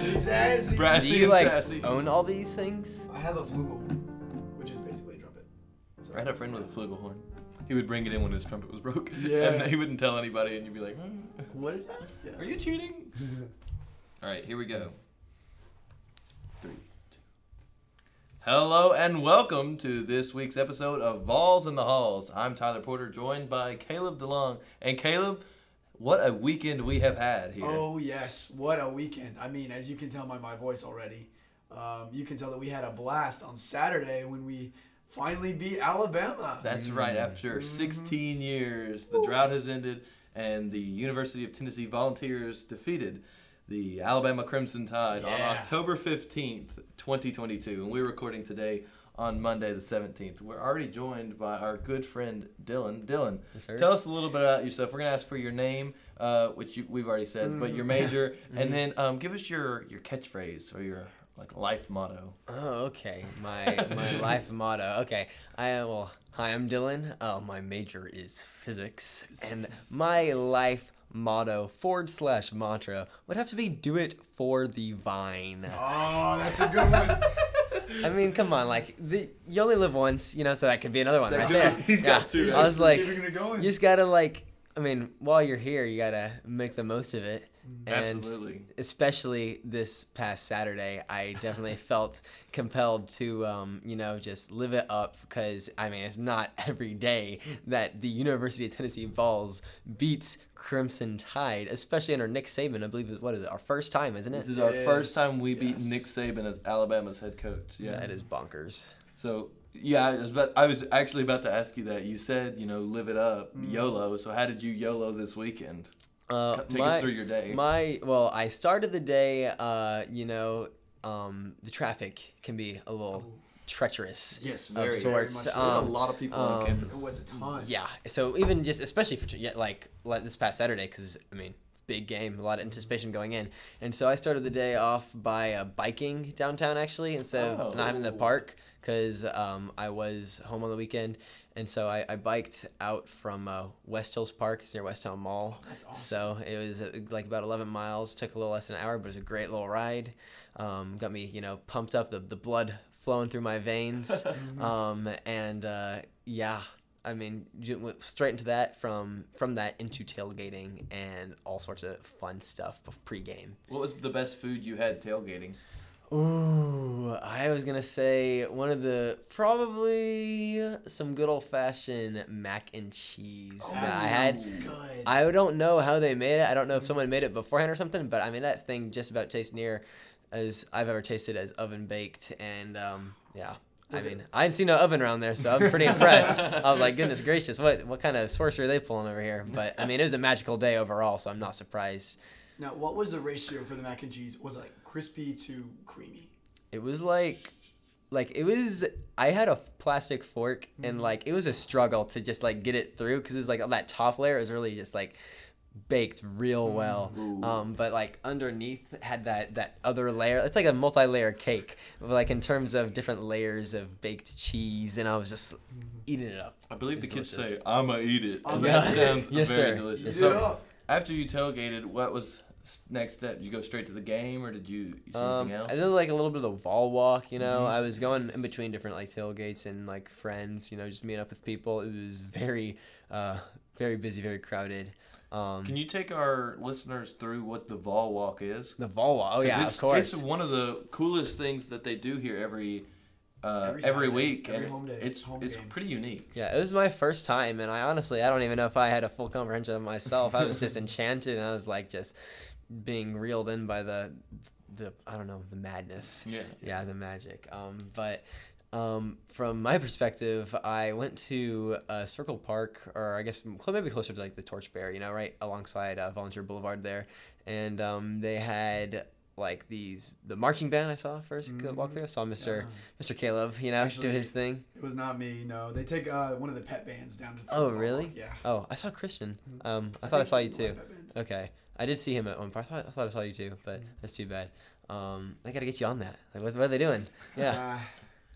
Brassy. Brassy Do you and like sassy. own all these things? I have a flugel, which is basically a trumpet. So- I had a friend with a flugelhorn. He would bring it in when his trumpet was broke. And Yeah. he wouldn't tell anybody, and you'd be like, "Hmm, what? is that? Yeah. Are you cheating? All right, here we go. Three, two. Hello, and welcome to this week's episode of Vols in the Halls. I'm Tyler Porter, joined by Caleb DeLong. And Caleb, what a weekend we have had here. Oh yes, what a weekend! I mean, as you can tell by my voice already, um, you can tell that we had a blast on Saturday when we finally beat Alabama. That's right. After 16 years, the drought has ended, and the University of Tennessee Volunteers defeated the Alabama Crimson Tide on Yeah. October 15th, 2022. And we're recording today on Monday, the 17th. We're already joined by our good friend Dylan. Dylan, Yes, sir. tell us a little bit about yourself. We're going to ask for your name, uh, which you, we've already said, but your major, Mm-hmm. and then um, give us your, your catchphrase or your like life motto. Oh, okay. My my life motto. Okay. I uh, well, hi, I'm Dylan. Uh, my major is physics, and my life motto forward slash mantra would have to be "Do it for the vine." Oh, that's a good one. I mean, come on, like the, you only live once, you know, so that could be another one right There- there. he's got two. I was like, Keep it you going. just gotta like, I mean, while you're here, you gotta make the most of it. Mm. And Absolutely. especially this past Saturday, I definitely felt compelled to, um, you know, just live it up because I mean, it's not every day that the University of Tennessee Vols beats Crimson Tide, especially under Nick Saban. I believe it- what is it? Our first time, isn't it? This is our Yes, first time we beat yes. Nick Saban as Alabama's head coach. Yes. That is bonkers. So yeah, I was, about, I was actually about to ask you that. You said you know live it up, YOLO. So how did you YOLO this weekend? Uh, Co- take us through your day. My well, I started the day. Uh, you know, um, the traffic can be a little Oh. treacherous. Yes, of very, very sorts. much so. Um, a lot of people on um, campus. It was a ton. yeah. So even just especially for tr- yeah, like like this past Saturday, because I mean, big game, a lot of anticipation going in, and so I started the day off by uh, biking downtown actually instead Oh. of not having the park because um, I was home on the weekend. And so I, I biked out from uh, West Hills Park, it's near West Town Mall. that's So it was uh, like about 11 miles, took a little less than an hour, but it was a great little ride. Um, got me, you know, pumped up, the, the blood flowing through my veins. um, and uh, yeah, I mean, ju- went straight into that from from that into tailgating and all sorts of fun stuff bef- pregame. what was the best food you had tailgating? Ooh, I was gonna say one of the probably some good old fashioned mac and cheese Oh, that that I had. sounds good. I don't know how they made it. I don't know if someone made it beforehand or something, but I mean that thing just about tastes near as I've ever tasted as oven baked, and um, yeah. I mean, I didn't see no oven around there, so I'm pretty impressed. I was like, "Goodness gracious, what what kind of sorcery are they pulling over here?" But I mean, it was a magical day overall, so I'm not surprised. now, what was the ratio for the mac and cheese? Was it like crispy to creamy? It was like, like it was. I had a plastic fork, and like it was a struggle to just like get it through because it was like on that top layer it was really just like baked real well. Um, but like underneath had that that other layer. It's like a multi-layer cake, like in terms of different layers of baked cheese, and I was just eating it up. I believe the the It's kids kids delicious. say, "I'ma eat it." I'ma that eat it. sounds Yes, very sir. Eat delicious. it So up. after you tailgated, what was s- next step? Did you go straight to the game, or did you see Um, anything else? Mm-hmm. I did like a little bit of the wall walk, you know. I was going in between different like tailgates and like friends, you know, just meeting up with people. It was very, uh, very busy, very crowded. Um, Can you take our listeners through what the Vol Walk is? the wall walk, oh yeah, it's, of course. It's one of the coolest things that they do here every uh, every, Every Saturday, week. every and home day, It's home it's game. pretty unique. yeah, it was my first time, and I honestly I don't even know if I had a full comprehension of myself. I was just enchanted, and I was like just being reeled in by the, the I don't know the madness. Yeah. yeah the magic um but um from my perspective i went to uh, circle park or i guess m- maybe closer to like the torch bear you know right alongside uh, volunteer boulevard there and um they had like these the marching band i saw 1st go walk there i saw Uh-huh. mr mr caleb you know do Mm-hmm. Actually- his thing It was not me. No, they take uh, one of the pet bands down to. The oh football. really Yeah. oh i saw christian um i thought Mm-hmm. i think saw you he's the too one pet band. okay i did see him at one part i thought i, thought I Mm-hmm. saw you too but that's too bad um i gotta get you on that like what, what are they doing Uh, yeah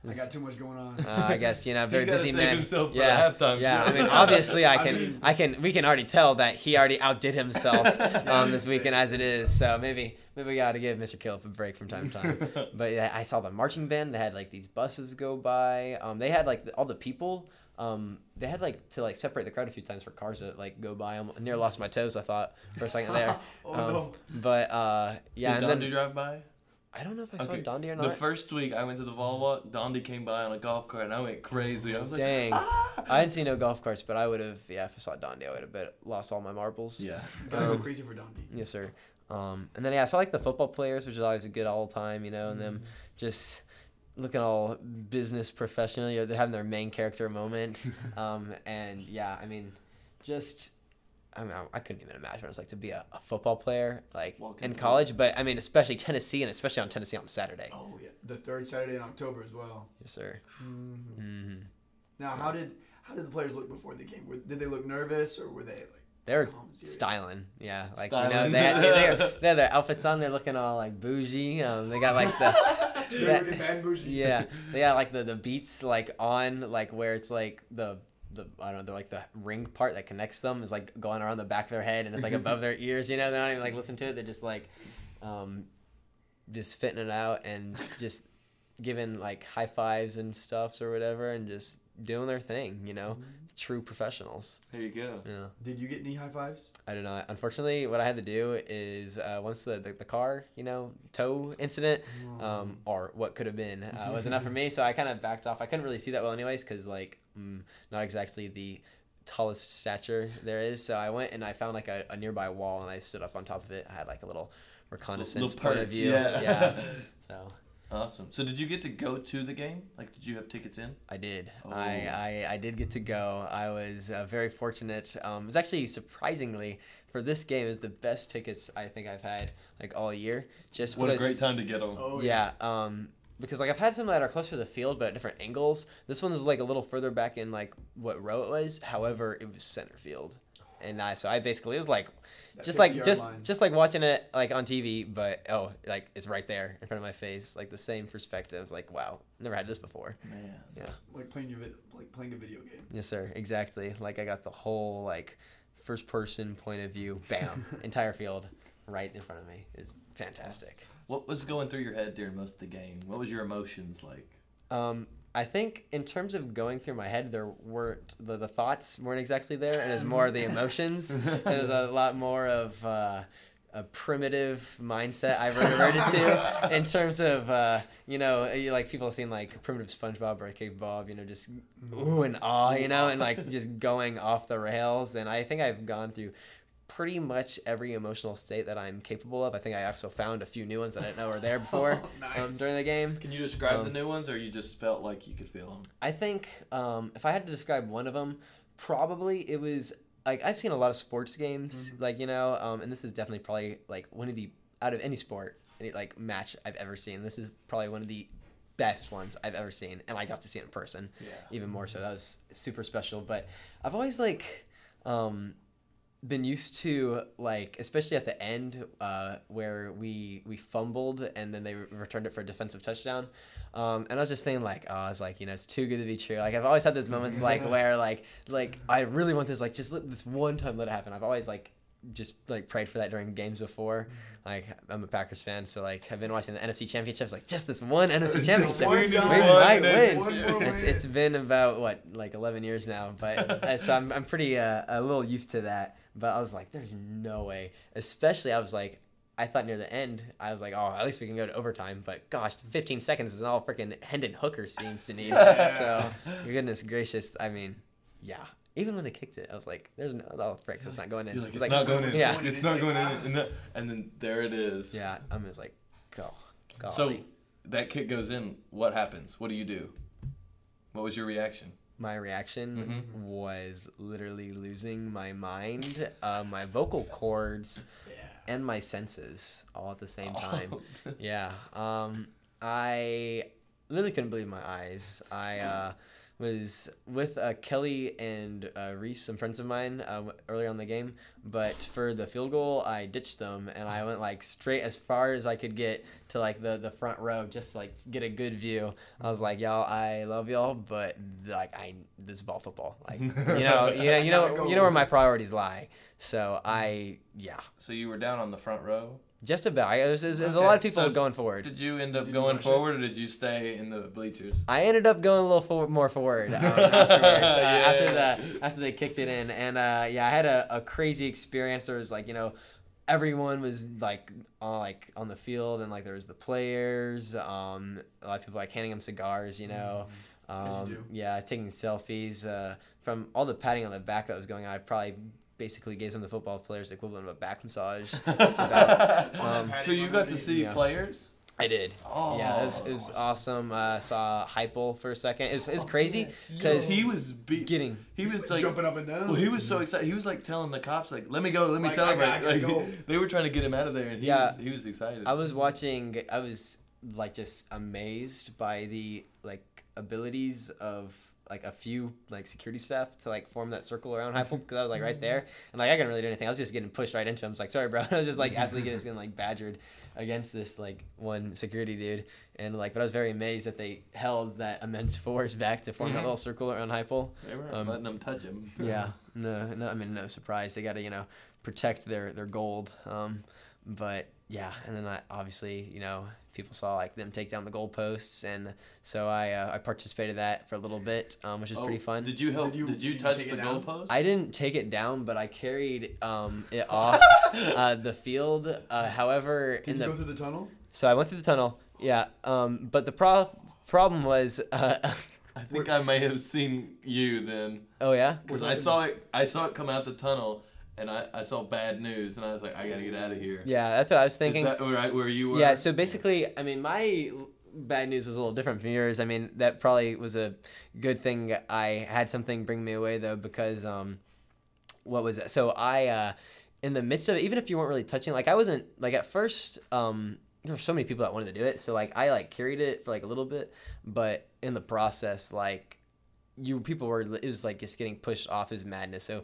I got too much going on. Uh, I guess you know, very gotta busy save man. himself for the yeah, halftime yeah. show. I mean, obviously, I I can, I, mean- can, we can already tell that he already outdid himself um, this I'd say. weekend as it is. So maybe, maybe we got to give Mr. Killiff a break from time to time. but yeah, I saw the marching band. They had like these buses go by. Um, they had like all the people. Um, they had like to like separate the crowd a few times for cars that like go by. I near lost my toes. I thought for a second there. Oh, um, no. But uh, yeah, Did and then Dondi drive by? I don't know if I saw Dondi or not. The first week I went to the Volvo, Dondi came by on a golf cart and I went crazy. I was like, Dang. "Ah!" I didn't see no golf carts, but I would have, yeah, if I saw Dondi, I would have bet, lost all my marbles. Yeah. Gotta go Um, crazy for Dondi. Yes, sir. Um, and then, yeah, I saw like the football players, which is always good all the time, you know, and them Mm-hmm. just looking all business professional. You know, they're having their main character moment. um, and yeah, I mean, just. I mean, I- I couldn't even imagine what it's like to be a, a football player, like Walking in through. college. But I mean, especially Tennessee, and especially on Tennessee on Saturday. Oh yeah, the third Saturday in October as well. Yes, sir. Mhm. hmm Now, how did how did the players look before the game? Were, did they look nervous or were they like? They're Calm and serious. styling, yeah. Like you know, Styling. they, had- they, they, they had their outfits on. They're looking all like bougie. Um, they got like the They that- were in bad bougie. yeah, they got like the the beats like on like where it's like the the I don't know like the ring part that connects them is like going around the back of their head and it's like above their ears. You know, they're not even like listening to it. They're just like, um, just fitting it out and just giving like high fives and stuffs or whatever and just doing their thing. You know, true professionals. There you go. Yeah. Did you get any high fives? I do not. Unfortunately, what I had to do is uh, once the, the, the car, you know, tow incident, Mm. um, or what could have been, uh, was enough for me. So I kind of backed off. I couldn't really see that well, anyways, because, like, mm, not exactly the tallest stature there is. So I went and I found, like, a, a nearby wall and I stood up on top of it. I had, like, a little reconnaissance point of perch, view. yeah. So Awesome. So did you get to go to the game? Like, did you have tickets in? I did. Oh. I, I I did get to go. I was uh, very fortunate. Um, it was actually surprisingly for this game is the best tickets I think I've had like all year. Just What a because- great time to get them. Oh yeah. Um, because like I've had some that are closer to the field but at different angles. This one was like a little further back in like what row it was. However, it was center field, and I so I basically it was like That just like 50-yard just line. just like watching it like on TV, but oh like it's right there in front of my face, like the same perspective. Like wow, never had this before. Man. that's Yeah. awesome. Like playing your vid- like playing a video game. Yes, sir. Exactly. Like I got the whole like first person point of view, bam, entire field right in front of me. It's fantastic. What was going through your head during most of the game? What was your emotions like? Um, I think in terms of going through my head, there weren't the, the thoughts weren't exactly there, and it's more the emotions. it was a lot more of uh, a primitive mindset I've reverted to in terms of uh, you know you- like people have seen like primitive SpongeBob or Cave Bob, you know, just ooh and ah, you know, and like just going off the rails. And I think I've gone through pretty much every emotional state that I'm capable of. I think I also found a few new ones that I didn't know were there before um, Nice. during the game. Can you describe Um, the new ones, or you just felt like you could feel them? I think um, if I had to describe one of them, probably it was like I've seen a lot of sports games, like you know, um, and this is definitely probably like one of the out of any sport, any like match I've ever seen. This is probably one of the best ones I've ever seen, and I got to see it in person, Yeah. even more so. That was super special. But I've always like. Um, been used to like especially at the end uh, where we we fumbled and then they re- returned it for a defensive touchdown um, and i was just thinking like oh it's like you know it's too good to be true like i've always had those moments like where like like i really want this like just let this one time let it happen i've always like just like prayed for that during games before like i'm a packers fan so like i've been watching the nfc championships like just this one nfc championship one we time. might One win nfc championship. it's, it's been about what like 11 years now but uh, so I'm, I'm pretty uh, a little used to that but i was like there's no way especially i was like i thought near the end i was like oh at least we can go to overtime but gosh 15 seconds is all freaking hendon hooker seems to need so goodness gracious i mean yeah even when they kicked it i was like there's no oh frick it's not going in You're like, It was it's not going in. yeah It's not going in. And, the- and then there it is. yeah i'm just like go go So that kick goes in. What happens? What do you do? What was your reaction? my reaction was literally losing my mind, uh, my vocal cords, Yeah. and my senses all at the same Oh. time. yeah. Um, I literally couldn't believe my eyes. I uh, was with uh, Kelly and uh, Reese, some friends of mine, uh, earlier on the game. But for the field goal, I ditched them and I went like straight as far as I could get to like the the front row, just to, like get a good view. I was like, y'all, I love y'all, but like I this is ball football, like you know, you know, you I gotta know, go. you know where my priorities lie. So I, yeah, So you were down on the front row. just about. I, there's, there's, there's a Okay, lot of people so going forward. Did you end up Did you watch going it? forward, or did you stay in the bleachers? I ended up going a little for, more forward um, afterwards, uh, after Yeah. the after they kicked it in, and uh, yeah, I had a, a crazy experience. There was like you know, everyone was like on like on the field, and like there was the players, um, a lot of people like handing them cigars, you know. As Mm-hmm. you Um, do. yeah, taking selfies uh, from all the patting on the back that was going on. I probably basically gave some of the football players the equivalent of a back massage. Just about. Um, so you got to see Yeah. players. I did. Oh, yeah, it was, it was awesome. Uh, saw Hypel for a second. It's it's crazy because Oh, he was be- getting- He was like jumping up and down. Well, he was so excited. He was like telling the cops, like, "Let me go, let me Like, I celebrate." gotta- I gotta Like, go. they were trying to get him out of there, and he Yeah. was he was excited. I was watching. I was like just amazed by the like abilities of like a few like security staff to like form that circle around Hypel because I was like right there and like I couldn't really do anything. I was just getting pushed right into him. I was like, sorry, bro. I was just like absolutely just getting like badgered against this like one security dude and like. But I was very amazed that they held that immense force back to form that Mhm. little circle around Hypel. they weren't um, letting him touch him. yeah no no i mean no surprise they got to you know protect their their gold um but yeah and then i obviously you know people saw like them take down the goal posts and so i uh, i participated in that for a little bit um which is Oh, pretty fun Did you help? Did Did you, you- did you touch take the it down? goalpost? I didn't take it down, but I carried um, it off uh, the field. Uh, however, Did in you the go through the tunnel? so I went through the tunnel. Yeah, um, but the pro- problem was, uh, I think I may have seen you then, oh yeah, because I saw it. I saw it come out the tunnel, and I, I saw bad news, and I was like, I gotta get out of here. yeah, that's what I was Is thinking. that right where you were? Yeah, so basically, I mean, my l- bad news was a little different from yours. I mean, that probably was a good thing. I had something bring me away though, because um, what was it? So I, uh, in the midst of it, even if you weren't really touching, like I wasn't like at first. Um, there were so many people that wanted to do it, so like I like carried it for like a little bit, but in the process, like you people were it was like just getting pushed off his madness so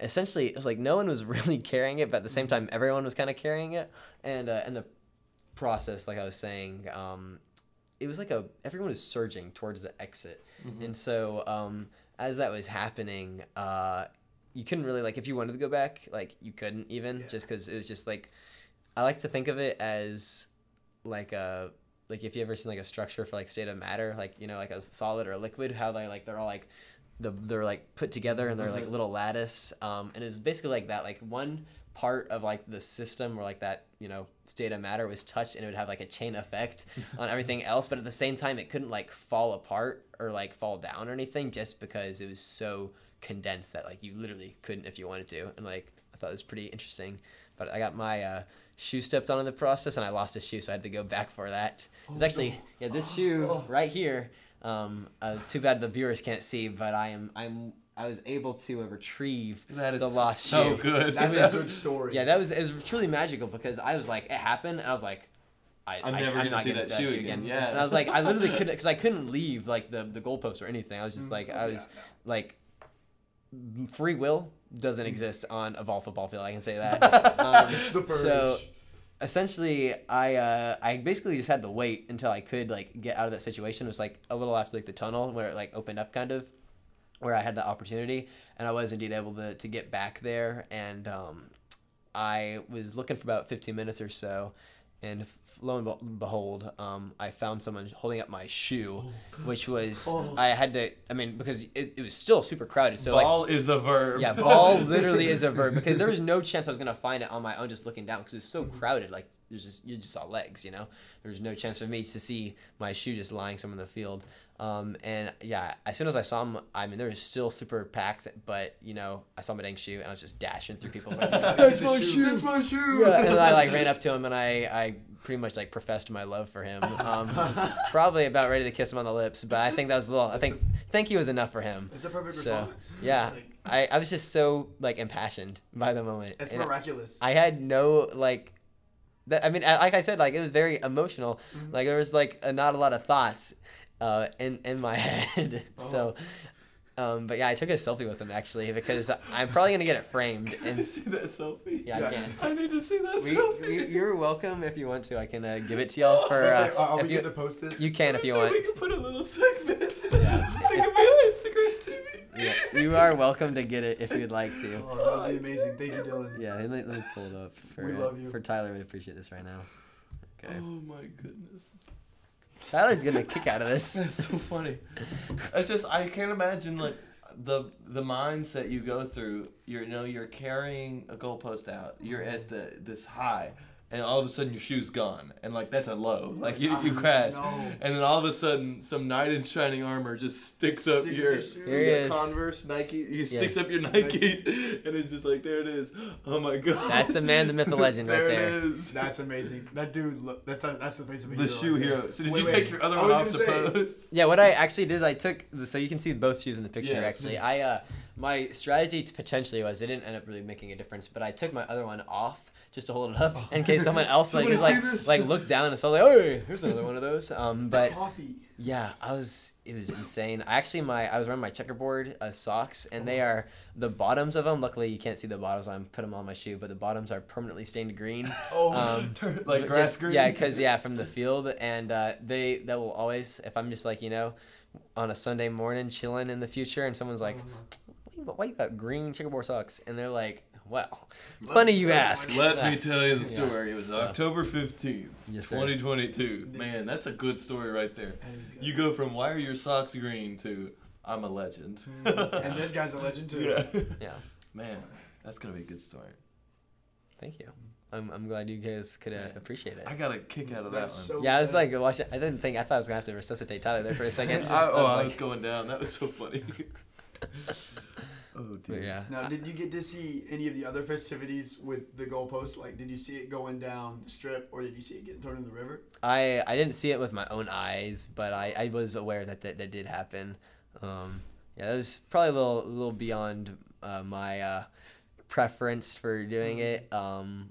essentially it was like no one was really carrying it but at the same time everyone was kind of carrying it and uh, and the process like i was saying um it was like a everyone was surging towards the exit and so um as that was happening uh you couldn't really like if you wanted to go back like you couldn't even Yeah. just because it was just like i like to think of it as like a like if you ever seen like a structure for like state of matter like you know like a solid or a liquid how they like they're all like the, they're like put together and they're like Mhm. little lattice um, and it was basically like that like one part of like the system or like that you know state of matter was touched and it would have like a chain effect on everything else but at the same time it couldn't like fall apart or like fall down or anything just because it was so condensed that like you literally couldn't if you wanted to and like i thought it was pretty interesting but i got my uh, shoe stepped on in the process and i lost a shoe so i had to go back for that it's actually yeah this Oh. shoe right here um, uh, too bad the viewers can't see, but I am I'm I was able to uh, retrieve that is the lost so shoe. good. That's That's- a good story. Yeah, that was it was truly magical because I was like it happened and I was like I, I'm never gonna not see getting that to shoe again. Yeah. and I was like I literally couldn't because I couldn't leave like the the goalpost or anything. I was just Mm-hmm. like I Oh, yeah, was no. like free will doesn't Mm. exist on a ball football field. I can say that. um, It's the purge. so essentially i uh i basically just had to wait until i could like get out of that situation it was like a little after like the tunnel where it like opened up kind of where i had the opportunity and i was indeed able to, to get back there and um i was looking for about 15 minutes or so and f- lo and be- behold um, i found someone holding up my shoe which was i had to i mean because it, it was still super crowded so like ball is a verb. yeah, ball literally is a verb because there was no chance I was gonna find it on my own just looking down because it was so crowded. Like there's just you just saw legs, you know. There was no chance for me to see my shoe just lying somewhere in the field. Um, and yeah, as soon as I saw him, I mean, there was still super packed, but you know, I saw my dang shoe and I was just dashing through people. That's my shoe. That's my shoe. Yeah, and I like ran up to him and I, I pretty much like professed my love for him. Um, was probably about ready to kiss him on the lips, but I think that was a little. I think thank you was enough for him. It's a perfect So, response. Yeah, It's like- I, I was just so like impassioned by the moment. it's And miraculous. I had no like, that, I mean, I, like I said, like it was very emotional. Mm-hmm. Oh. Like there was like a, not a lot of thoughts, uh, in in my head. so, Um, but yeah, I took a selfie with him actually because I'm probably gonna get it framed. And see that selfie? yeah, I can. I need to see that selfie. We, we, you're welcome if you want to. I can uh, give it to y'all for. I was gonna say, Uh, are are if we you, good to post this? you can if you want. We can put a little segment. Yeah. Think of my Instagram TV. Yeah, you are welcome to get it if you'd like to. Oh, that would be amazing. Thank you, Dylan. Yeah, let me, let me pull it up. For, We uh, love you. For Tyler, we appreciate this right now. Oh Okay. my goodness. Tyler's getting a kick out of this. That's so funny. It's just I can't imagine like the the mindset you go through. You're, you know you're carrying a goalpost out. You're at the this high, and all of a sudden your shoe's gone, and like that's a low. Like you, you I crash, know. and then all of a sudden some knight in shining armor just sticks up Stick your. your shoe. Here he your is. Converse, Nike, he sticks up your Nikes, and it's just like there it is. Oh my god! That's the man, the myth, the legend right there there. it is. That's amazing. That dude, look, that's that's the face of a the hero shoe right there. hero. So did Wait, you wait. take your other I one was off gonna to say, pose? Yeah, what I actually did is I took the, so you can see both shoes in the picture Yes. actually. I uh my strategy to potentially was it didn't end up really making a difference, but I took my other one off just to hold it up in case someone else like Oh. Somebody is see like this? like looked down and saw like, oh, here's another one of those. Um, but Copy. yeah, I was it was insane. I actually my I was wearing my checkerboard uh, socks and Uh-huh. they are the bottoms of them. Luckily, you can't see the bottoms. I'm put them on my shoe, but the bottoms are permanently stained green. Oh, Um, turn- like But grass just- green. Yeah, because yeah, from the field, and uh, they that will always. If I'm just like you know, on a Sunday morning chilling in the future, and someone's like, Uh-huh. "Why you got- "Why you got green checkerboard socks?" and they're like, "Well, Let funny me you tell you ask." my- Let me tell you the Yeah. story. It was So- October 15th, Yes, sir. 2022. This- Man, that's a good story right there. That is good. You go from why are your socks green to I'm a legend. and this guy's a legend too. yeah. Yeah. Man, that's going to be a good story. Thank you. I'm, I'm glad you guys could uh, appreciate it. I got a kick out of That's that one. so Yeah, I was funny. like watching. I didn't think I thought I was gonna have to resuscitate Tyler there for a second. I, oh, I like- was going down. That was so funny. oh, but dear. yeah. Now, did you get to see any of the other festivities with the goalpost? Like, did you see it going down the strip, or did you see it getting thrown in the river? I I didn't see it with my own eyes, but I, I was aware that that, that did happen. Um, yeah, that was probably a little a little beyond uh, my uh, preference for doing Mm-hmm. it. Um,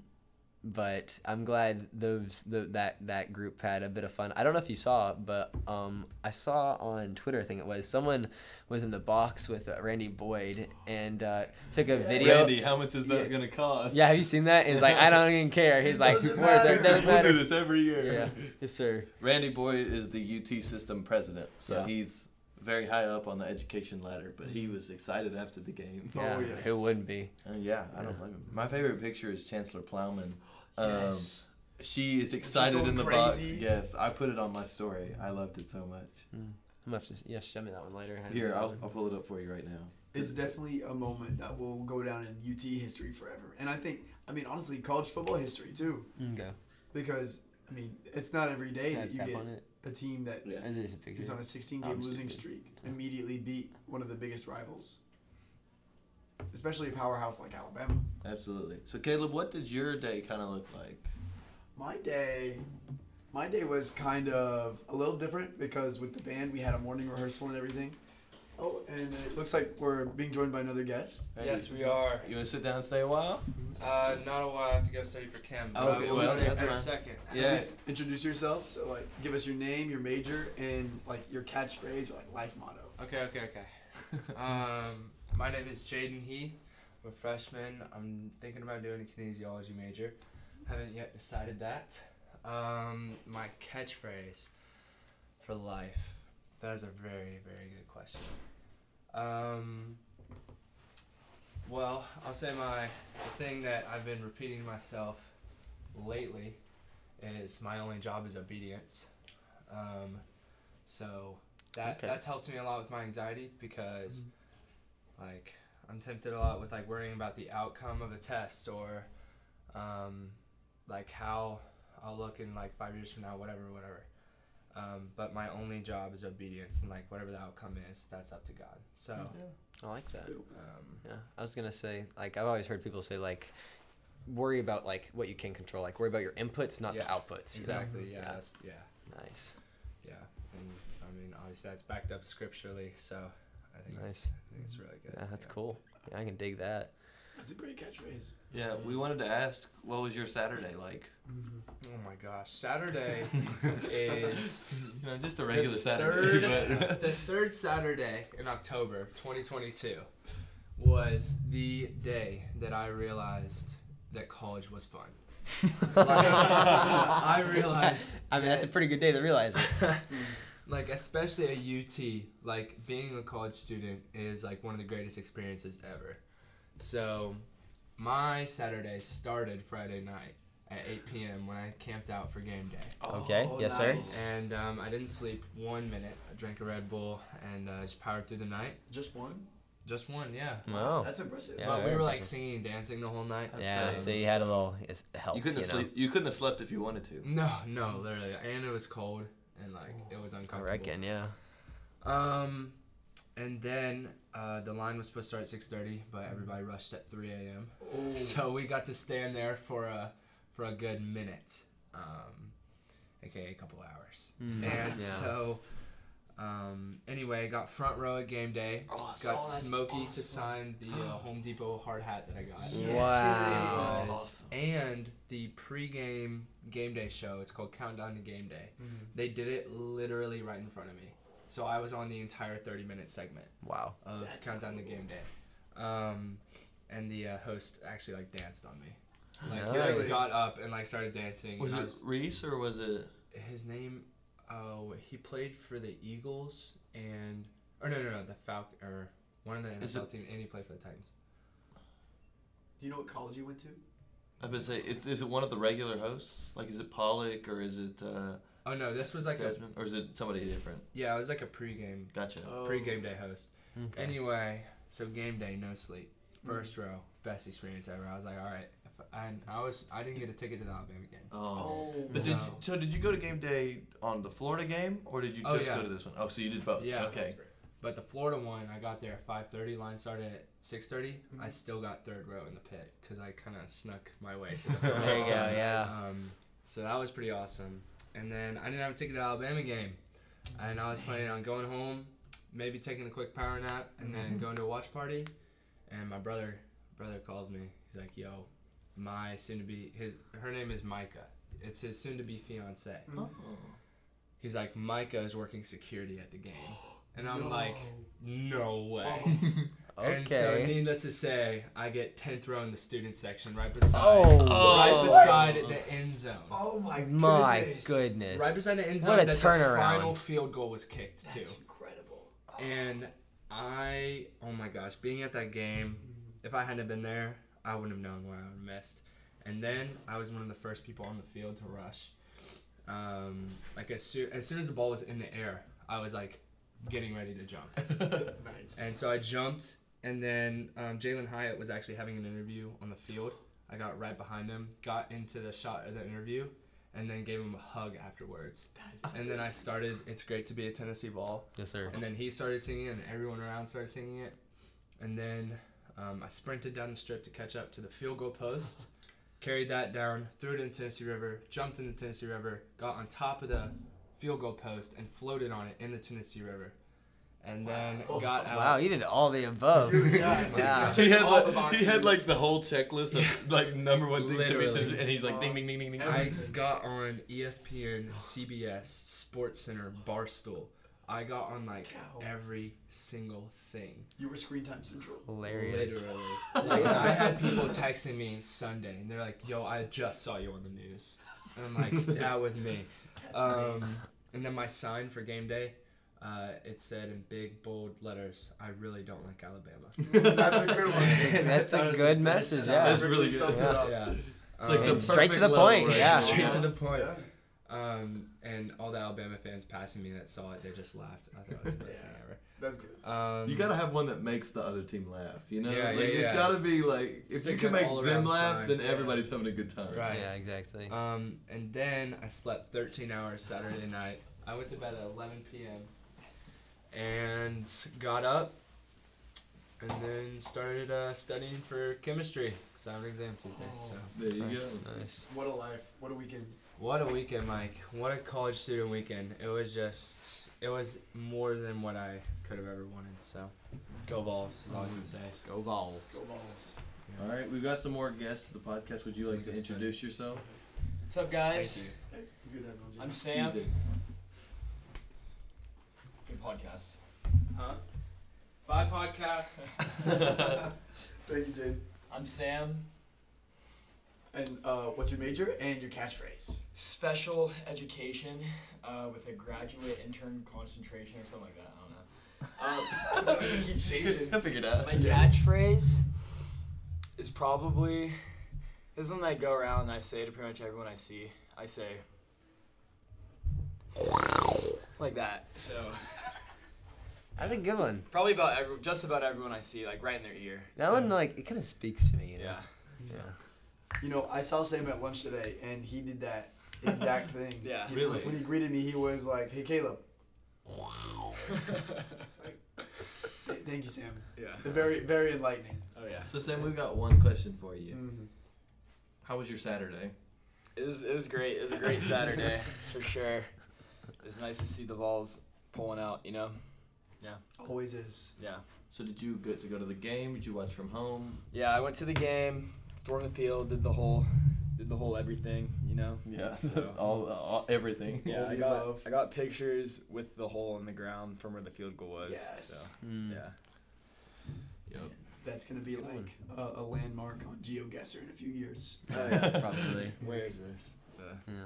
but I'm glad those the, that that group had a bit of fun. I don't know if you saw, but um, I saw on Twitter, I think it was someone was in the box with uh, Randy Boyd and uh, took a video. Randy, how much is that Yeah. going to cost? Yeah, have you seen that? And he's like, I don't even care. He's like, Doesn't "Where- matter. that doesn't We'll do matter. this every year. Yeah, yes, sir. Randy Boyd is the UT system president, so Yeah. he's very high up on the education ladder. But he was excited after the game. Oh, Yeah, yes. who wouldn't be? And yeah, I don't Yeah. blame him. My favorite picture is Chancellor Plowman. Um, Yes. She is excited going in the box. crazy. Yes, I put it on my story. I loved it so much. I'm gonna have to yeah, show me that one later. I haven't seen Here, that I'll, one. I'll pull it up for you right now. It's definitely a moment that will go down in UT history forever. And I think, I mean, honestly, college football history too, Okay. because I mean, it's not every day Can I that you tap get on it? a team that Yeah. Is this a picture? is on a 16 I'm game losing stupid. streak immediately beat one of the biggest rivals, especially a powerhouse like Alabama. Absolutely. So, Caleb, what did your day kind of look like? My day, my day was kind of a little different because with the band we had a morning rehearsal and everything. Oh, and it looks like we're being joined by another guest. Hey, Yes, we are. You want to sit down and stay a while? Uh, not a while. I have to go study for chem. But Okay, I will well, stay that's for fine. a second. At Yeah. least introduce yourself. So like, give us your name, your major, and like your catchphrase or like life motto. Okay, okay, okay. Um, my name is Jaden He. I'm a freshman. I'm thinking about doing a kinesiology major. Haven't yet decided that. Um, my catchphrase for life. That is a very, very good question. Um, well, I'll say my the thing that I've been repeating to myself lately is my only job is obedience. Um, so that Okay. that's helped me a lot with my anxiety because like I'm tempted a lot with like worrying about the outcome of a test or um, like how I'll look in like five years from now, whatever, whatever. Um, but my only job is obedience, and like whatever the outcome is, that's up to God. So, Mm-hmm. I like that. um, Yeah, I was gonna say like I've always heard people say like worry about like what you can control, like worry about your inputs, not Yes, the outputs. you know? exactly, yeah, that's, yeah, Nice. yeah. And I mean, obviously that's backed up scripturally, so I think Nice. that's, I think it's really good. Yeah, that's yeah. cool. Yeah, I can dig that. It's a great catchphrase. Yeah, we wanted to ask, what was your Saturday like? Mm-hmm. Oh my gosh, Saturday is You know, just a regular the Saturday. Third, but- the third Saturday in October of 2022 was the day that I realized that college was fun. Like, I realized. I mean, that's a pretty good day to realize it. like especially at UT, like being a college student is like one of the greatest experiences ever. So my Saturday started Friday night at 8 p.m. when I camped out for game day, Okay, Oh, yes, sir. and um, I didn't sleep one minute. I drank a Red Bull and uh, just powered through the night. Just one? Just one, yeah. Wow. That's impressive. Oh. Yeah. but we very were like impressive. singing and dancing the whole night. Yeah, Um, so you had a little it's help. you couldn't have know? sleep. You couldn't have slept if you wanted to. No, no, literally, and it was cold and like it was Oh. I uncomfortable. reckon, yeah. Um, and then uh, the line was supposed to start at six thirty, but everybody rushed at three a.m. Oh. So we got to stand there for a for a good minute, um, aka a couple hours. And Yeah. so, um, anyway, got front row at game day. Oh, I saw Got that's Smokey to awesome. sign the uh, Home Depot hard hat that I got. Wow. That's Guys, awesome. And the pregame game day show, it's called Countdown to Game Day. Mm-hmm. They did it literally right in front of me. So I was on the entire 30 minute segment Wow. of That's Countdown to Game Day. Um, and the uh, host actually like danced on me. Like he Really? like, got up and like started dancing. Was and I it Reese or was it? his name? Oh, he played for the Eagles and or no no no the Falcon or one of the Is NFL team and he played for the Titans. Do you know what college you went to? I've been saying, it's, is it one of the regular hosts? Like, is it Pollock or is it uh, Oh no, this was like a Jasmine or is it somebody different? yeah, it was like a pregame Gotcha. Oh. Pre-game day host. Anyway, so game day, no sleep. First row, best experience ever. I was like, all right, if I, and I was I didn't get a ticket to the Alabama game. Oh. Oh. But did you, No. so did you go to game day on the Florida game or did you Oh, just yeah. go to this one? Oh, so you did both. Yeah. Okay. But the Florida one, I got there at five thirty. Line started at six I still got third row in the pit because I kind of snuck my way to the front There you row. go, yeah. Um, so that was pretty awesome. And then I didn't have a ticket to the Alabama game, and I was planning on going home, maybe taking a quick power nap, and Mm-hmm. then going to a watch party. And my brother brother calls me. He's like, "Yo, my soon to be his her name is Micah. It's his soon to be fiance." Mm-hmm. Oh. He's like, "Micah is working security at the game," and I'm like, "No way." And Oh. so, Okay. needless to say, I get 10th row in the student section right beside Oh. right Oh. beside the end zone. Oh my goodness. My goodness. Right beside the end What zone a that the turnaround. final field goal was kicked That's too. incredible. And I oh my gosh, being at that game, if I hadn't have been there, I wouldn't have known where I would have missed. And then I was one of the first people on the field to rush. Um, like as soon as soon as the ball was in the air, I was like getting ready to jump. Nice. And so I jumped, and then um, Jalen Hyatt was actually having an interview on the field. I got right behind him, got into the shot of the interview, and then gave him a hug afterwards. And then I started "It's Great to Be a Tennessee Ball," Yes, sir. and then he started singing, and everyone around started singing it. And then um, I sprinted down the strip to catch up to the field goal post, carried that down, threw it in the Tennessee River, jumped in the Tennessee River, got on top of the field goal post, and floated on it in the Tennessee River. And then got out. Wow, you did all the above. Yeah. Yeah. He had, All like, the he had boxes. like the whole checklist of like number one things to be Literally. and he's like ding ding ding ding ding. I Everything. got on E ESPN, CBS, Sports Center, Barstool. I got on like Cow. every single thing. You were screen time central. Hilarious. Literally. Like, I had people texting me Sunday and they're like, yo, I just saw you on the news. And I'm like, that was me. Um, and then my sign for game day, uh, it said in big, bold letters, I really don't like Alabama. That's a good one. That's That a was good the best message. sound. Yeah. That's really good. Sums it up. yeah. Um, It's like And straight to perfect the level point, right yeah. now. Straight to the point. Oh, Yeah. Um, and all the Alabama fans passing me that saw it, they just laughed. I thought it was the best thing That's good. ever. Um, You gotta have one that makes the other team laugh, you know? Yeah, like yeah, it's yeah. gotta be like if Stick you can an make them all-around laugh, sign. then everybody's having a good time. right. Yeah, exactly. Um, and then I slept 13 hours Saturday night. I went to bed at 11 p.m. and got up, and then started uh, studying for chemistry because I have an exam Tuesday. Oh. So There you Nice. go. nice. What a life. What a weekend. what a weekend, Mike! What a college student weekend! It was just, it was more than what I could have ever wanted. So, go balls! Is all I can say. Go balls. So balls. All right, we've got some more guests to the podcast. Would you like to Yes, sir. introduce yourself? What's up, guys? Thank you. It's good to have you. I'm Sam. See you, Good podcast. Huh? Bye, podcast. Thank you, Jade. I'm Sam. And uh, what's your major and your catchphrase? Special education uh, with a graduate intern concentration or something like that. I don't know. Um, it keeps dude. changing. I figured out. My catchphrase is probably this is one that I go around and I say to pretty much everyone I see. I say like that. So That's a good one. probably about every, just about everyone I see, like right in their ear. That So, one like it kind of speaks to me. You know? Yeah. You know, I saw Sam at lunch today, and he did that exact thing. Yeah. He- Really? When he greeted me, he was like, "Hey, Caleb." Th- Thank you, Sam. yeah. The very, very enlightening. Oh yeah. So Sam, we've got one question for Mm. you. Mhm. How was your Saturday? It was, it was great. It was a great Saturday for sure. It was nice to see the Vols pulling out. You know. Always is. Yeah. So did you get to go to the game? Did you watch from home? Yeah. I went to the game. Stormed the field. Did the whole. Did the whole everything. You know. Yeah, So- all, all everything. Yeah. All I the got above. I got pictures with the hole in the ground from where the field goal was. Yes. So Mm. yeah. Yep. That's gonna be Good like a, a landmark on GeoGuessr in a few years. Oh, yeah. Probably. Where is this? The- Yeah.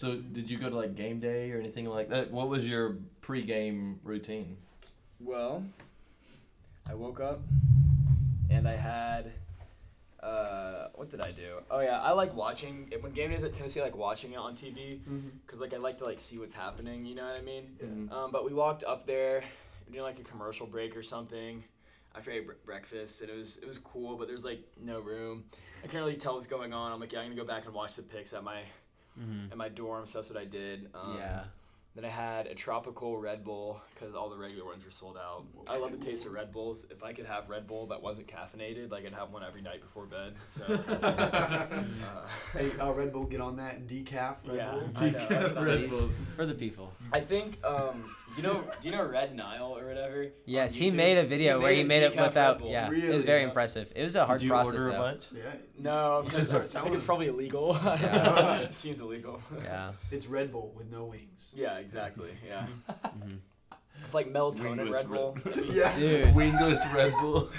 So did you go to like game day or anything like that? What was your pre-game routine? Well, I woke up and I had. Uh, what did I do? Oh yeah, I like watching when game days at Tennessee. I like watching it on TV because like I like to like see what's happening. You know what I mean? Mhm. Um, but we walked up there, we doing like a commercial break or something. After I ate br- breakfast, and it was it was cool, but there's like no room. I can't really tell what's going on. I'm like, yeah, I'm gonna go back and watch the pics at my Mhm. at my dorm. So that's what I did. Um, yeah. Then I had a tropical Red Bull because all the regular ones were sold out. I love the taste of Red Bulls. If I could have Red Bull that wasn't caffeinated, like I'd have one every night before bed. So, uh, Hey, uh, Red Bull, get on that decaf. Red Yeah. Bull. I know, that's not Red easy. Bull. For the people. I think um, you know, do you know Red Nile or whatever? on Yes, he YouTube? made a video where he a made it decaf Red without. Bull. Yeah, it Really? was very Yeah. impressive. It was a hard did you process order a though. bunch? Yeah, No, You because just start I think it's selling. probably illegal. Yeah. it seems illegal. Yeah. it's Red Bull with no wings. Yeah, exactly. Yeah. It's like melatonin Wingless Red Bull. That means- Yeah. Dude. Wingless Red Bull.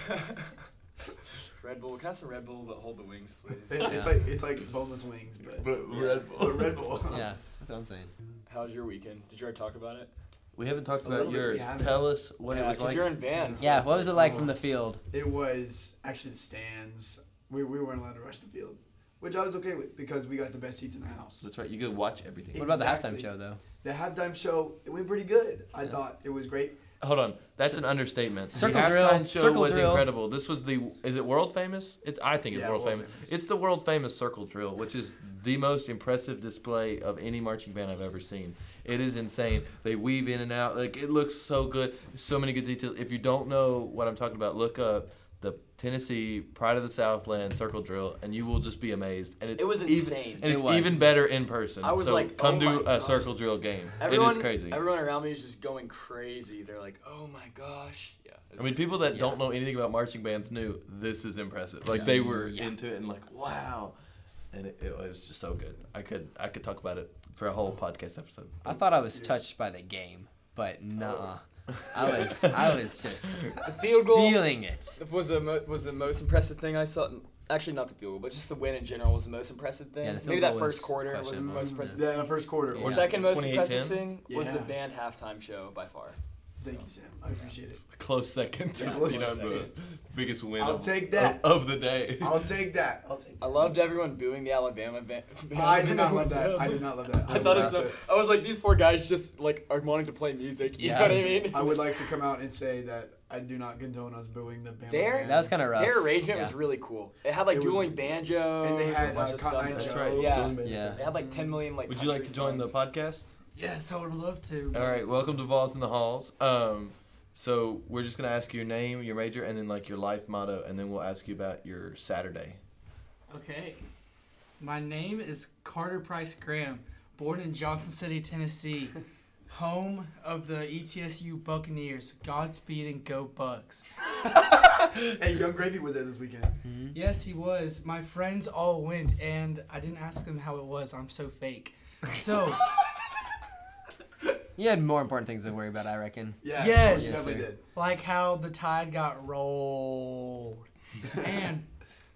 Red Bull. Can I have some Red Bull, but hold the wings, please? It- It's Yeah. like it's like boneless wings, but But Red Bull. but Red Bull. Yeah. That's what I'm saying. How's your weekend? Did you already talk about it? We haven't talked A about little bit, we yours. haven't. Tell us what yeah, it was 'cause like. You're in bands. Yeah. What was it like from the field? It was actually the stands. We, we weren't allowed to rush the field, which I was okay with because we got the best seats in the house. That's right. You could watch everything. What about the halftime Exactly. show though? The halftime show it went pretty good. I Yeah. thought it was great. Hold on, that's an understatement. Circle the drill, halftime show circle was drill. incredible. This was the is it world famous? It's I think it's Yeah, world, world famous. famous. It's the world famous circle drill, which is the most impressive display of any marching band I've ever seen. It is insane. They weave in and out. Like it looks so good. So many good details. If you don't know what I'm talking about, look up the Tennessee Pride of the Southland circle drill, and you will just be amazed. And it's It was even- insane. and It it's was. even better in person. I was so like, come oh to a my gosh. circle drill game. Everyone, it is crazy. Everyone around me is just going crazy. They're like, "Oh my gosh!" Yeah. I mean, people that Yeah. don't know anything about marching bands knew this is impressive. Like they were into it and like, wow, and it, it was just so good. I could I could talk about it for a whole podcast episode. I thought I was touched by the game, but nah. I was I was just the field goal feeling it. was the mo- was the most impressive thing I saw. Actually, not the field goal, but just the win in general was the most impressive thing. Yeah, the field Maybe that goal first was quarter was the questionable. most impressive. The first quarter. Yeah. Mm. The was- second most 28-10? impressive thing was the Yeah. band halftime show by far. Thank you, Sam. I appreciate it. A close second. To, Yeah, close you know, second. the biggest win. I'll of, take that. of, of the day. I'll take that. I'll take. I That. loved everyone booing the Alabama band. I did not love that. I did not love that. I thought it would was so, have to- I was like, these poor guys just like are wanting to play music. You Yeah. know what I mean? I would like to come out and say that I do not condone us booing the band. There- That was kind of rough. Their arrangement yeah. was really cool. It had like It was- dueling banjos And they a had bunch uh, of stuff. Cotton Eye in That's it. Joe. right. Yeah. Yeah. They had like 10 million like. Would you like to country join the songs. podcast? Yes, I would love to. All right, welcome to Vols in the Halls. Um, so we're just gonna ask you your name, your major, and then like your life motto, and then we'll ask you about your Saturday. Okay. My name is Carter Price Graham, born in Johnson City, Tennessee, E home of the ETSU Buccaneers. Godspeed and go Bucks. hey, Young Gravy was there this weekend. Mm-hmm. Yes, he was. My friends all went, and I didn't ask them how it was. I'm so fake. So You had more important things to worry about, I reckon. Yeah. Yes. he Yes, definitely sir. did. like how the tide got rolled. and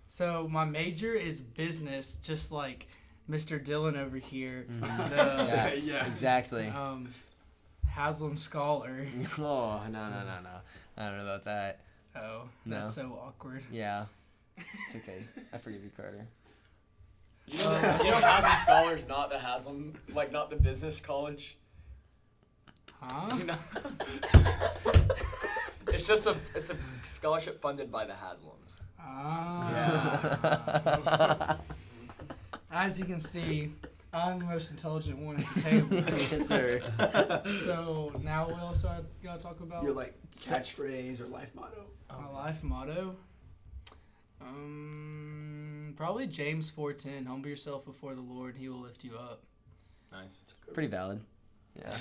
so my major is business, just like Mr. Dylan over here, Mm-hmm. the Yeah, Yeah. exactly. um, Haslam scholar. Oh no no no no! I don't know about that. Oh, No. that's so awkward. Yeah, it's okay. I forgive you, Carter. You know, you know Haslam Scholar's not the Haslam, like not the business college. Huh? You know? it's just a it's a scholarship funded by the Haslams. Ah. As you can see, I'm the most intelligent one at the table. yes, sir. so now what else do I gotta talk about? Your like catchphrase or life motto. My life motto? Um, probably James 4.10, humble yourself before the Lord, he will lift you up. Nice. Pretty valid. Yeah,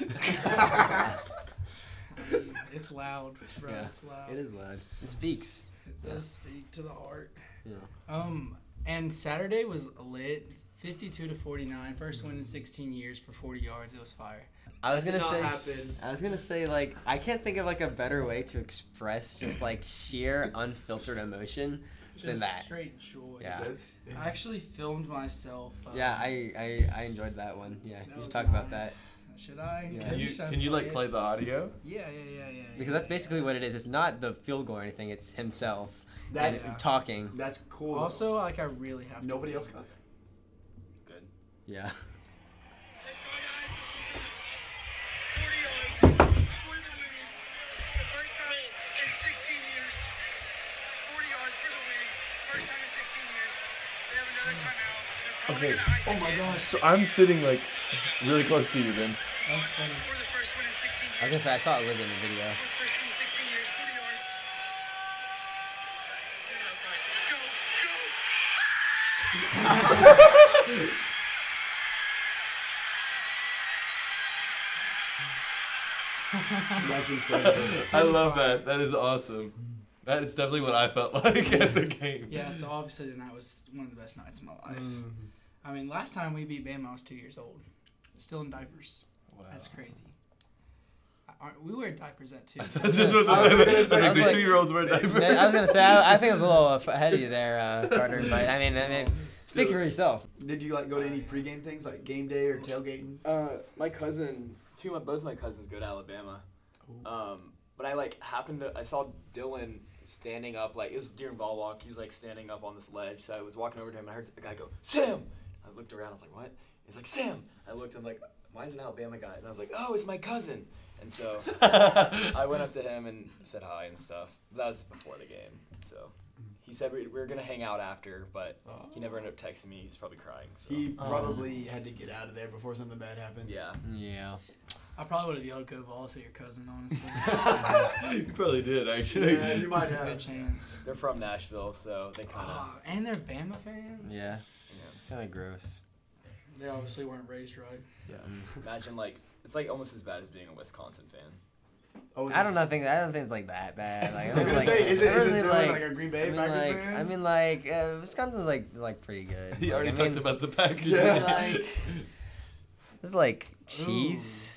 I mean, it's loud, bro, Yeah, it's loud. it is loud. It speaks. It does speak to the heart. Yeah. Um, and Saturday was lit, 52 to 49, first win in 16 years for 40 yards, it was fire. I was That gonna did say. not happen. I was gonna say like I can't think of like a better way to express just like sheer unfiltered emotion than Just that. straight joy. Yeah. That's I actually filmed myself. Uh, Yeah, I, I I enjoyed that one. Yeah, that you should was talk about that nice. Should I? Yeah. Can you, Should I can you like it? play the audio? Yeah, yeah, yeah, yeah. because that's basically what it is. It's not the field goal or anything. It's himself and that's Yeah. talking. that's cool. Also, like I really have nobody to else got that. Good. Yeah. Okay. Oh my god. So I'm sitting like really close to you then. That's funny. For the first win in 16 I was gonna years. say I saw it live in the video. For the first win in 16 years, 40 yards. Get it up, Ryan. Go, go. That's incredible. I love that. That is awesome. That is definitely what I felt like at the game. Yeah, Mm-hmm. so obviously the night was one of the best nights of my life. Mm-hmm. I mean, last time we beat Bama, I was two years old, still in diapers. Wow. That's crazy. I- Aren't, we wear diapers at two. That's just what I I was gonna was say, I like, was the like- two year olds wear diapers. Man, I was gonna say I, I think I was a little af- ahead of you there, uh, Carter. But I mean, I mean, speak for yourself. Did you like go to any pregame things like game day or tailgating? Uh, my cousin, two of my, both my cousins go to Alabama. Um, but I like happened to I saw Dylan standing up like it was during ball walk. He's like standing up on this ledge. So I was walking over to him and I heard the guy go Sam. I looked around. I was like, what? He's like Sam. I looked. I'm like, why is it an Alabama guy? And I was like, oh, it's my cousin. And so I went up to him and said hi and stuff. That was before the game. So he said we, we were gonna hang out after, but he never ended up texting me. He's probably crying. So He probably had to get out of there before something bad happened. yeah. Yeah. I probably would have yelled "Go Vols" at your cousin, honestly. you probably did actually. Yeah, you might Good have. chance. They're from Nashville, so they kind of. Ah, and they're Bama fans. Yeah. It's kind of gross. They obviously weren't raised right. Imagine like it's like almost as bad as being a Wisconsin fan. Oh, is I don't this- know. Think I don't think it's like that bad. Like, I was mean, gonna like, say, is it, I is really, it like, like a Green I Bay mean, Packers like, fan? I mean, like uh, Wisconsin's like like pretty good. He Like, already I talked mean, about the Packers. Yeah. Like, it's like cheese.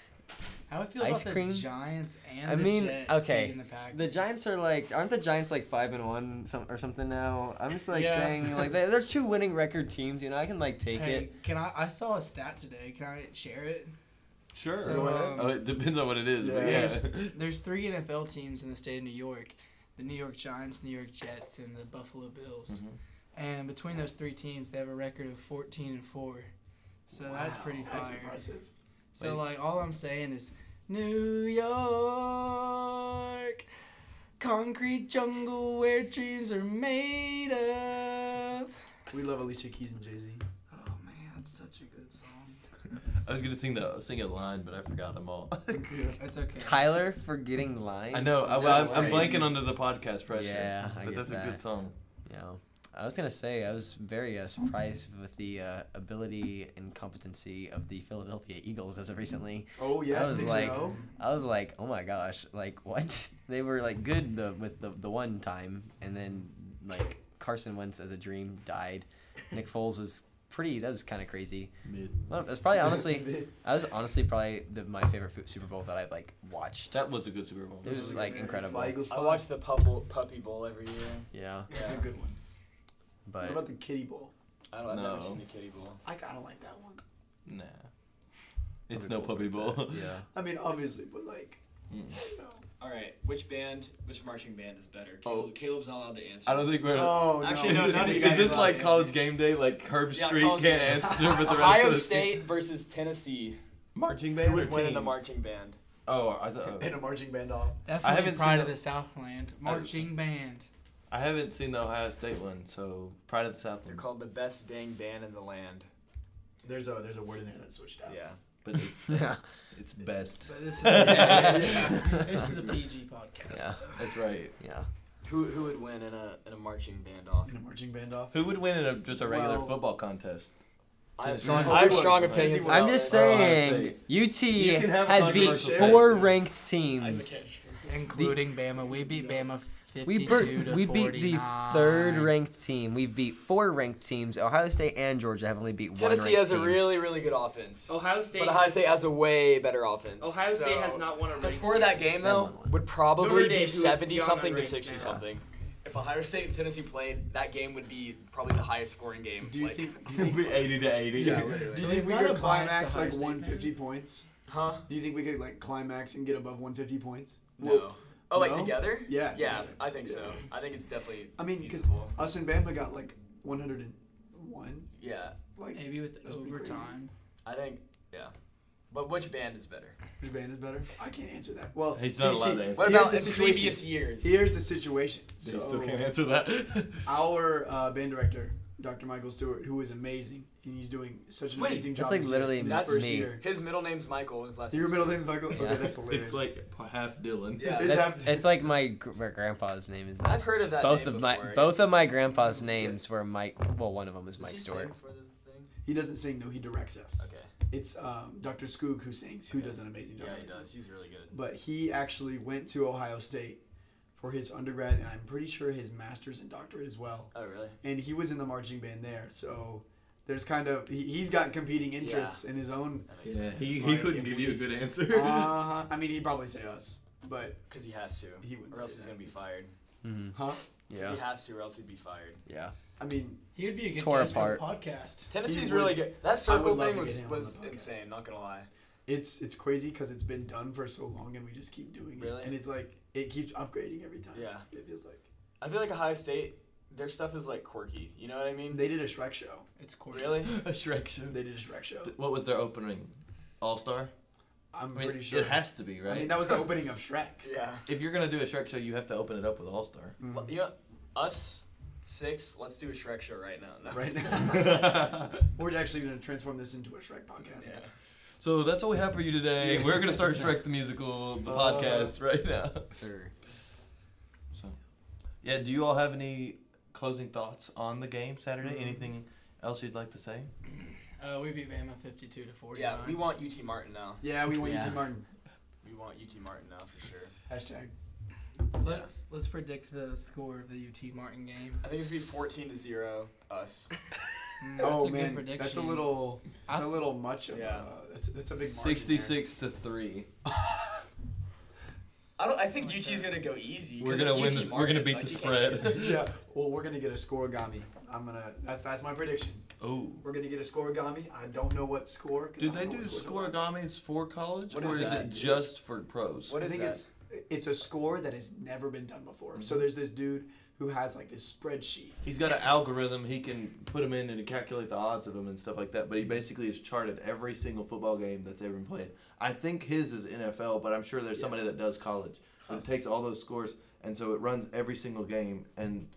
How do I feel Ice about cream? the Giants and I the mean, Jets okay, beating the, Packers? The Giants are like, aren't the Giants like five and one some, or something now? I'm just like Yeah. saying, like, they, they're two winning record teams. You know, I can like take Hey, it. can I? I saw a stat today. Can I share it? Sure. So, um, oh, it depends on what it is, but Yeah. yeah. There's three NFL teams in the state of New York: the New York Giants, New York Jets, and the Buffalo Bills. Mm-hmm. And between those three teams, they have a record of 14 and four. So that's pretty fire. That's impressive. So like, all I'm saying is, New York, concrete jungle where dreams are made of. We love Alicia Keys and Jay Z. Oh man, that's such a good song. I was gonna sing the sing a line, but I forgot them all. That's okay. Tyler forgetting lines. I know. I, That's am I'm crazy. blanking under the podcast pressure. Yeah, I but get that's a that. good song. You know, I was gonna say I was very uh, surprised with the uh, ability and competency of the Philadelphia Eagles as of recently. Oh yes, was six like- and oh. I was like, oh my gosh, like what? They were like good the, with the the one time, and then like Carson Wentz as a dream died. Nick Foles was pretty. That was kind of crazy. Mid. Well, that's probably honestly, I was honestly probably the, my favorite fu- Super Bowl that I've like watched. That was a good Super Bowl. It was like Fly, incredible. Eagles, I fly. watch the Pupple, Puppy Bowl every year. Yeah, It's a Yeah. good one. What about but the kitty bowl? I don't. I've never No. seen the Kitty Bowl. I kind of like that one. Nah. It's no puppy bowl. yeah, I mean, obviously, but like, Mm. you know. All right, which band, which marching band is better? Oh. Caleb, Caleb's not allowed to answer. I don't think we're. Oh Actually, no. no, is it- none of you is guys this are like allowed. college game day? Like Herb Yeah, Street College can't Game. answer, but the rest Ohio of us can. State versus Tennessee. marching Who band. would or win in team? the marching band? Oh, I thought. And a marching band off. Definitely haven't seen Pride of the- the Southland. Marching band. I haven't seen the Ohio State one, so Pride of the South. They're called the best dang band in the land. There's a there's a word in there that switched out. Yeah. But it's yeah. it's best. But this is this is a That's PG podcast. Yeah. right. Who who would win in a in a marching band off? And a marching band off. Who would win in a, just a regular Well- football contest? I have Tennessee strong, would. I have Who would? strong Tennessee opinions. would. about I'm just it. Ohio saying, UT You can have a has beat controversial four pick. ranked teams. Including Bama. We beat Bama 52 We beat to we beat the 49. third ranked team. We beat four ranked teams. Ohio State and Georgia have only beat Tennessee one. has a ranked team. really really good offense, Ohio State. but Ohio State has a way better offense. Ohio State So- has not won a The ranked. score of that game They though won one. would Notre probably Dame, who be is seventy beyond something to unranked sixty now. something. If Ohio State and Tennessee played, that game would be probably the highest scoring game. Do you like, think? Do you It'll think, be eighty to eighty. yeah. literally. Do you So think they've we got a could bias climax to Ohio like State 150 points? huh? Do you think we could like climax and get above 150 points? No. Oh, like No? together? Yeah, Yeah, together. I think so. Yeah. I think it's definitely. I mean, because feasible. us and Bama got like 101. Yeah, Like, Maybe with That's pretty crazy. overtime. I think. Yeah, but which band is better? which band is better? I can't answer that. Well, He's see, not allowed see, to answer. What here's about the in situation. previous years? Here's the situation. They still can't So answer that. our uh, band director, Dr. Michael Stewart, who is amazing, and he's doing such an Wait, amazing that's job. like this year, literally in his that's first me. year. His middle name's Michael. And his last Your name's middle name is Michael. Okay, Yeah. that's hilarious. it's like half Dylan. Yeah. It's That's- half- it's like my, gr- my grandpa's name is. I've heard of that. both name of my before. both It's of just- my grandpa's Shit. names were Mike. Well, one of them was Does Mike he Stewart. sing for the thing? he doesn't sing. No, he directs us. Okay. It's um, Dr. Skoog who sings, who Okay. does an amazing job. Yeah, every he time. does. He's really good. but he actually went to Ohio State for his undergrad, and I'm pretty sure his master's and doctorate as well. Oh, really? And he was in the marching band there, so there's kind of he, he's got competing interests in his own. That makes Yeah, sense. he, It's he like couldn't if give we- you a good answer. Uh, I mean, he'd probably say us, but Because he has to. he wouldn't. Or say else he's that. gonna be fired. hmm Huh? Yeah, Because He has to, or else he'd be fired. yeah. I mean, He would be a good Tore guest for the apart. podcast. Tennessee's would- really good. That circle love to get thing was him on was the podcast. insane. Not gonna lie. it's it's crazy because it's been done for so long, and we just keep doing Really? it, and it's like it keeps upgrading every time. Yeah. it feels like I feel like Ohio State, their stuff is like quirky. You know what I mean? they did a Shrek show. It's cool. really? a Shrek show. They did a Shrek show. What was their opening? All Star. I'm I mean, pretty sure. it has to be right. I mean, that was the opening of Shrek. Yeah. if you're gonna do a Shrek show, you have to open it up with All Star. Well, you know, us six, let's do a Shrek show right now. No. Right now. so We're actually going to transform this into a Shrek podcast. Yeah. that's all we have for you today. We're gonna start Shrek the musical, the Uh, podcast right now. Sir. So, yeah. Do you all have any closing thoughts on the game Saturday? Anything else you'd like to say? Uh, we beat Bama 52 to 49. Yeah, we want UT Martin now. Yeah, we want you Yeah. to Martin. We want UT Martin now for sure. Hashtag. Let's let's predict the score of the UT Martin game. I think it'd be 14 to 0, us. Mm, oh that's a man, good prediction. that's a little. That's a little much of. Yeah. Uh, that's, that's a big. margin there. Sixty-six to three. I don't. I think UT's gonna go easy. 'cause We're it's gonna win UT this. We're gonna Martin, beat like, the you can't- spread. Yeah. Well, we're gonna get a scoregami. I'm gonna. That's that's my prediction. oh. We're gonna get a scoregami. I don't know what score. 'cause Do I they don't know do what scores are. scoregamis for college, What or is is, that? it just for pros? What I is think that? it's it's a score that has never been done before. So there's this dude who has like this spreadsheet. He's got an algorithm. He can put them in and calculate the odds of them and stuff like that. But he basically has charted every single football game that's ever been played. I think his is NFL, but I'm sure there's Yeah. somebody that does college. But it takes all those scores, and so it runs every single game, and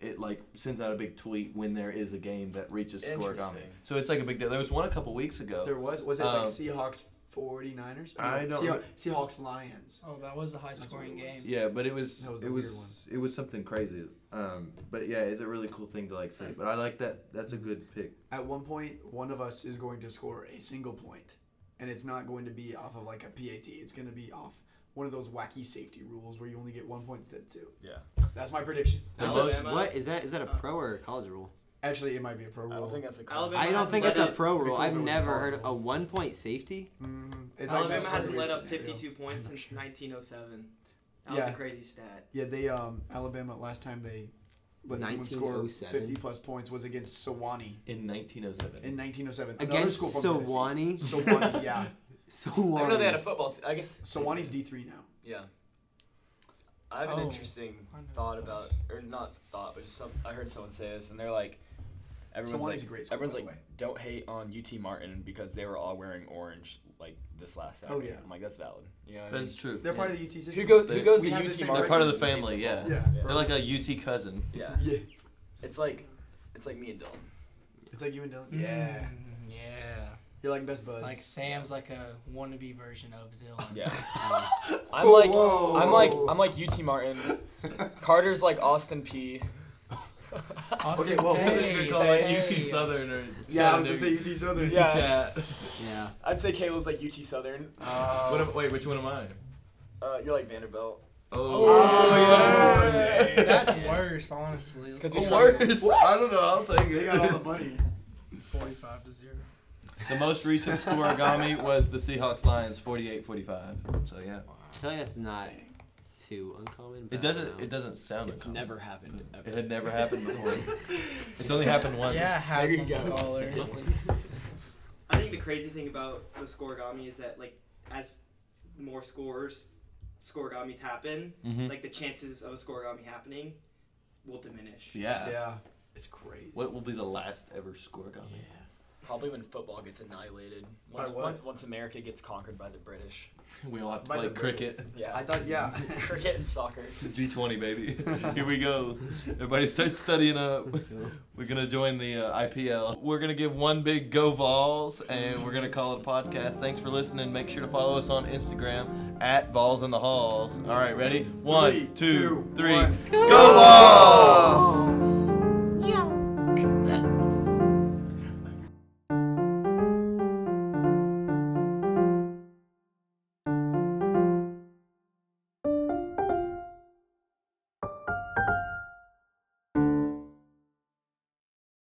it like sends out a big tweet when there is a game that reaches score comment. Interesting. So it's like a big deal. There was one a couple weeks ago. There was was it like Um, Seahawks 49ers? I No, don't Seahawks, remember. Seahawks Lions. Oh, that was a high what scoring it was. game. yeah, but it was, That was a it weird was it was something crazy. Um, but yeah, it's a really cool thing to like say. But I like that. That's a good pick. At one point, one of us is going to score a single point, and it's not going to be off of like a PAT. It's going to be off one of those wacky safety rules where you only get one point instead of two. Yeah. That's my prediction. The Alabama- most- What is that? Is that a pro or a college rule? Actually, it might be a pro I rule. don't think that's a Alabama I don't hasn't think let it's a up- pro rule. Because I've it was never a heard rule. a one point safety. Mhm. It's like Alabama this hasn't weird let up scenario. 52 points since 1907. That was Yeah. a crazy stat. Yeah, they um Alabama last time they let someone score 1907. fifty plus points was against Sewanee In 1907. in nineteen oh seven. Against school from Tennessee. Sewanee. Sewanee, yeah. I didn't know they had a Sewanee. football team. I guess. Sewanee's D three now. Yeah. I have an Oh. interesting I know thought what about, that or not thought, but just some. I heard someone say this, and they're like, everyone's Sewanee's like, a great school. everyone's by like, the way. don't hate on UT Martin because they were all wearing orange like this last Oh, Saturday. yeah. I'm like, that's valid. You know what I mean? That's true. they're part of the UT system. Who goes? Who They- goes we to have UT the same Martin? They're part of the Right. family. Yeah. Yeah. They're like a UT cousin. Yeah. Yeah, It's like, it's like me and Dylan. it's like you and Dylan. Yeah, Mm, yeah. you're like best buds. Like Sam's like a wannabe version of Dylan. Yeah. I'm like, Whoa. I'm like, I'm like UT Martin. Carter's like Austin P. Austin Okay, well, Peay, call it hey. Southern or yeah, I was gonna say UT Southern. Yeah. Yeah. I'd say Caleb's like UT Southern. Uh, wait, which one am I? Uh, you're like Vanderbilt. Oh, yeah. That's worse, honestly. Let's 'Cause go he's with worse. I don't know. I'll take they it. got all the money. 45 to 0. The most recent scoregami was the Seahawks Lions 48-45. So yeah. I feel like that's not too uncommon. but It I don't doesn't know. it doesn't sound It's uncommon. never happened. Ever. It had never happened before. it's only happened once. Yeah, There you Haslam go. Scholar. I think the crazy thing about the scoregami is that like as more scores scoregamis happen, Mhm. like the chances of a scoregami happening will diminish. Yeah. Yeah, it's crazy. What will be the last ever scoregami? Probably when football gets annihigated. By Once, what? on- once America gets conquered by the British. We all have to By play the cricket. Yeah. I thought, yeah. Cricket and soccer. G20 baby. Here we go. Everybody start studying up. We're gonna join the uh, IPL. We're gonna give one big go Vols, and we're gonna call it a podcast. Thanks for listening. Make sure to follow us on Instagram at Vols in the Halls. All right, ready? One, Three, two, two, three. one. Go Vols! Balls!